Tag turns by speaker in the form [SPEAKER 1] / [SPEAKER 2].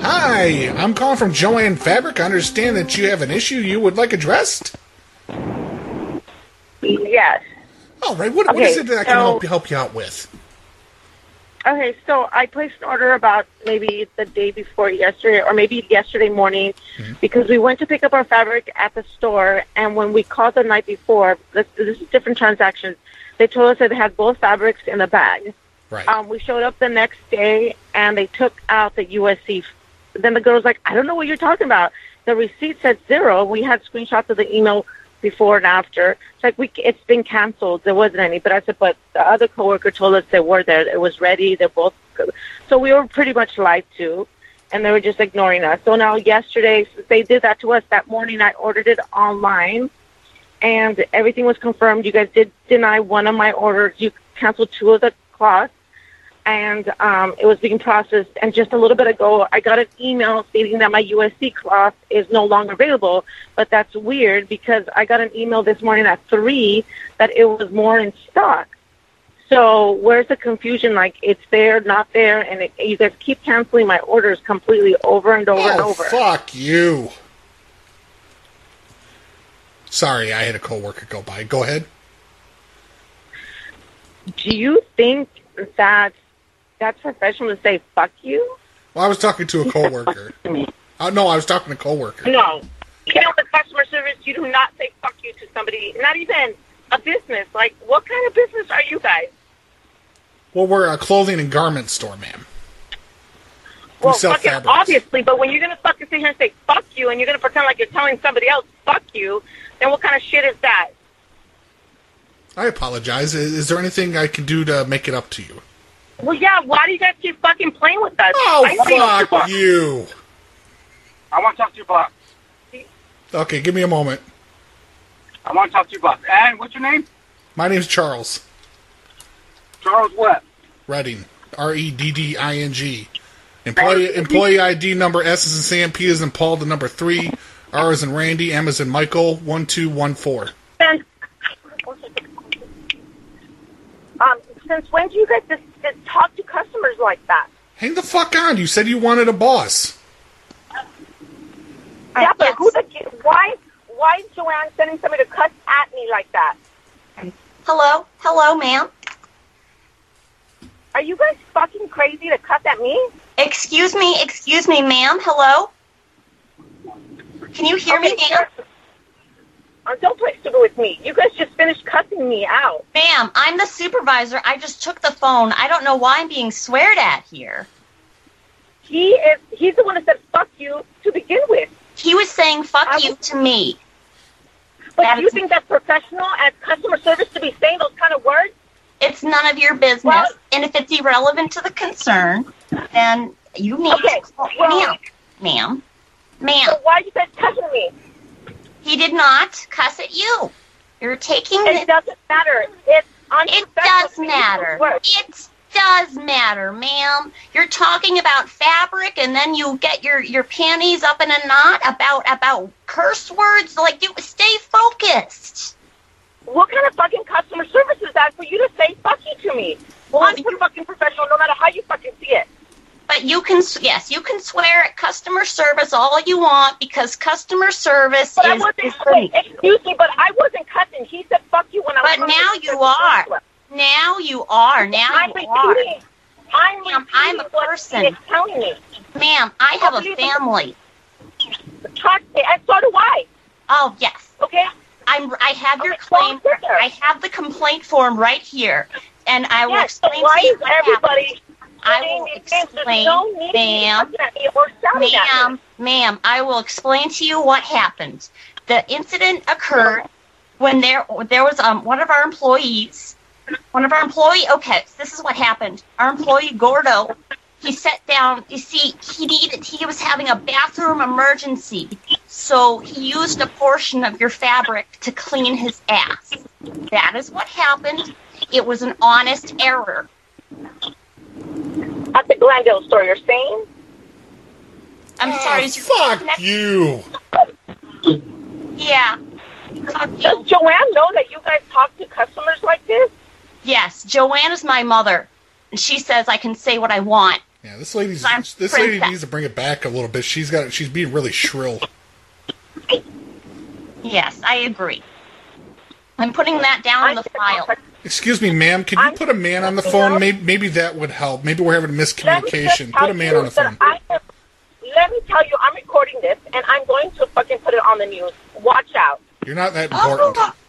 [SPEAKER 1] Hi, I'm calling from Joanne Fabric. I understand that you have an issue you would like addressed.
[SPEAKER 2] Yes.
[SPEAKER 1] All right, what, what is
[SPEAKER 2] Okay,
[SPEAKER 1] it that I can
[SPEAKER 2] so-
[SPEAKER 1] help, help you out with?
[SPEAKER 2] Okay, so I placed an order about maybe the day before yesterday or maybe yesterday morning because we went to pick up our fabric at the store and when we called the night before, this, this is different transactions, they told us that they had both fabrics in the bag.
[SPEAKER 1] Right.
[SPEAKER 2] Um, we showed up the next day and they took out the USC. Then the girl was like, I don't know what you're talking about. The receipt said zero. We had screenshots of the email before and after. It's like we it's been canceled. There wasn't any. But I said, but the other coworker told us they were there. It was ready. They're both. Good. So we were pretty much lied to, and they were just ignoring us. So now yesterday since they did that to us. That morning I ordered it online, and everything was confirmed. You guys did deny one of my orders. You canceled two of the cloths and um, it was being processed. And just a little bit ago, I got an email stating that my USC cloth is no longer available. But that's weird because I got an email this morning at three that it was more in stock. So where's the confusion? Like it's there, not there, and it, you guys keep canceling my orders completely over and over and
[SPEAKER 1] oh,
[SPEAKER 2] over.
[SPEAKER 1] fuck you. Sorry, I had a coworker go by. Go ahead.
[SPEAKER 2] Do you think that that's professional to say "fuck you"?
[SPEAKER 1] Well, I was talking to a coworker. uh, no, I was talking to a coworker.
[SPEAKER 2] No. You know, with customer service, you do not say fuck you to somebody, not even a business. Like, what kind of business are you guys?
[SPEAKER 1] Well, we're a clothing and garment store, ma'am. We
[SPEAKER 2] Well,
[SPEAKER 1] sell
[SPEAKER 2] fucking
[SPEAKER 1] fabrics.
[SPEAKER 2] obviously, but when you're going to fucking sit here and say fuck you and you're going to pretend like you're telling somebody else fuck you, then what kind of shit is that?
[SPEAKER 1] I apologize. Is, is there anything I can do to make it up to you?
[SPEAKER 2] Well, yeah, why do you guys keep fucking playing with us? I think-
[SPEAKER 1] Oh, fuck you.
[SPEAKER 3] I want to talk to your boss.
[SPEAKER 1] Okay, give me a moment.
[SPEAKER 3] I want to talk to your boss. And what's your name?
[SPEAKER 1] My name's Charles
[SPEAKER 3] Charles what?
[SPEAKER 1] Redding. R E D D I N G. Employee employee ID number S is in Sam, P is in Paul, the number three, R is in Randy, M is in Michael, one two one four.
[SPEAKER 2] Since, um, since when do you guys just, just talk to customers like that?
[SPEAKER 1] Hang the fuck on! You said you wanted a boss.
[SPEAKER 2] Yeah, but who the why why is Joanne sending somebody to cuss at me like that?
[SPEAKER 4] Hello? Hello, ma'am?
[SPEAKER 2] Are you guys fucking crazy to cuss at me?
[SPEAKER 4] Excuse me, excuse me, ma'am? Hello? Can you hear me,
[SPEAKER 2] Okay,
[SPEAKER 4] ma'am?
[SPEAKER 2] sure. Uh, don't play stupid with me. You guys just finished cussing me out.
[SPEAKER 4] Ma'am, I'm the supervisor. I just took the phone. I don't know why I'm being sweared at here.
[SPEAKER 2] He is he's the one that said fuck you to begin with.
[SPEAKER 4] He was saying fuck
[SPEAKER 2] I-
[SPEAKER 4] you to me.
[SPEAKER 2] But
[SPEAKER 4] That
[SPEAKER 2] do you
[SPEAKER 4] is-
[SPEAKER 2] think that's professional as customer service to be saying those kind of words?
[SPEAKER 4] It's none of your business.
[SPEAKER 2] Well-
[SPEAKER 4] and if it's irrelevant to the concern, then you need
[SPEAKER 2] Okay,
[SPEAKER 4] to call
[SPEAKER 2] well-
[SPEAKER 4] ma'am. Ma'am. Ma'am.
[SPEAKER 2] So why are you guys cussing me?
[SPEAKER 4] He did not cuss at you. You're taking
[SPEAKER 2] It
[SPEAKER 4] it.
[SPEAKER 2] doesn't matter. It's
[SPEAKER 4] It
[SPEAKER 2] unprofessional.
[SPEAKER 4] does
[SPEAKER 2] to use those
[SPEAKER 4] matter.
[SPEAKER 2] words.
[SPEAKER 4] It does matter, ma'am. You're talking about fabric, and then you get your your panties up in a knot about about curse words. Like you stay focused.
[SPEAKER 2] What kind of fucking customer service is that for you to say fuck you to me? Well, I'm fucking professional no matter how you fucking see it.
[SPEAKER 4] But you can s- yes, you can swear at customer service all you want because customer service
[SPEAKER 2] But
[SPEAKER 4] is.
[SPEAKER 2] I wasn't.
[SPEAKER 4] is
[SPEAKER 2] Wait, excuse me, but I wasn't cussing. He said "fuck you" when I was.
[SPEAKER 4] But
[SPEAKER 2] on
[SPEAKER 4] now
[SPEAKER 2] the-
[SPEAKER 4] you are. now you are. Now
[SPEAKER 2] I'm
[SPEAKER 4] you are,
[SPEAKER 2] repeating. I'm
[SPEAKER 4] Ma'am,
[SPEAKER 2] repeating
[SPEAKER 4] I'm a
[SPEAKER 2] what
[SPEAKER 4] person.
[SPEAKER 2] He is telling me.
[SPEAKER 4] ma'am. I have
[SPEAKER 2] I
[SPEAKER 4] a
[SPEAKER 2] believe in-
[SPEAKER 4] family.
[SPEAKER 2] Trust me, and so do I.
[SPEAKER 4] Oh yes.
[SPEAKER 2] Okay.
[SPEAKER 4] I'm, I have your
[SPEAKER 2] Okay, go
[SPEAKER 4] claim.
[SPEAKER 2] on, sister.
[SPEAKER 4] I have the complaint form right here, and I will
[SPEAKER 2] yes. So
[SPEAKER 4] explain
[SPEAKER 2] why
[SPEAKER 4] to you
[SPEAKER 2] is
[SPEAKER 4] what
[SPEAKER 2] everybody?
[SPEAKER 4] I
[SPEAKER 2] saying
[SPEAKER 4] will
[SPEAKER 2] these things? There's
[SPEAKER 4] explain,
[SPEAKER 2] no need to be
[SPEAKER 4] ma'am.
[SPEAKER 2] cussing at me or shouting
[SPEAKER 4] happened.
[SPEAKER 2] at me.
[SPEAKER 4] Ma'am, ma'am, I will explain to you what happened. The incident occurred when there there was um one of our employees, one of our employee. Okay, this is what happened. Our employee Gordo, he sat down. You see, he needed he was having a bathroom emergency, so he used a portion of your fabric to clean his ass. That is what happened. It was an honest error.
[SPEAKER 2] At the Glendale store, you're saying?
[SPEAKER 4] I'm sorry.
[SPEAKER 1] Oh,
[SPEAKER 4] is your
[SPEAKER 1] fuck
[SPEAKER 4] connection-
[SPEAKER 1] you.
[SPEAKER 4] Yeah. Fuck you.
[SPEAKER 2] Does Joanne know that you guys talk to customers like this?
[SPEAKER 4] Yes, Joanne is my mother. And she says I can say what I want.
[SPEAKER 1] Yeah, this lady's
[SPEAKER 4] I'm
[SPEAKER 1] this lady
[SPEAKER 4] princess.
[SPEAKER 1] needs to bring it back a little bit. She's got she's being really shrill.
[SPEAKER 4] Yes, I agree. I'm putting that down in the file.
[SPEAKER 1] Excuse me, ma'am. Can you
[SPEAKER 2] I'm-
[SPEAKER 1] put a man on the phone? Maybe, maybe that would help. Maybe we're having a
[SPEAKER 2] Let me just
[SPEAKER 1] miscommunication.
[SPEAKER 2] tell
[SPEAKER 1] Put a man
[SPEAKER 2] you
[SPEAKER 1] on the
[SPEAKER 2] that
[SPEAKER 1] phone.
[SPEAKER 2] I am- Let me tell you, I'm recording this, and I'm going to fucking put it on the news. Watch out.
[SPEAKER 1] You're not that
[SPEAKER 4] Oh,
[SPEAKER 1] important.
[SPEAKER 4] look,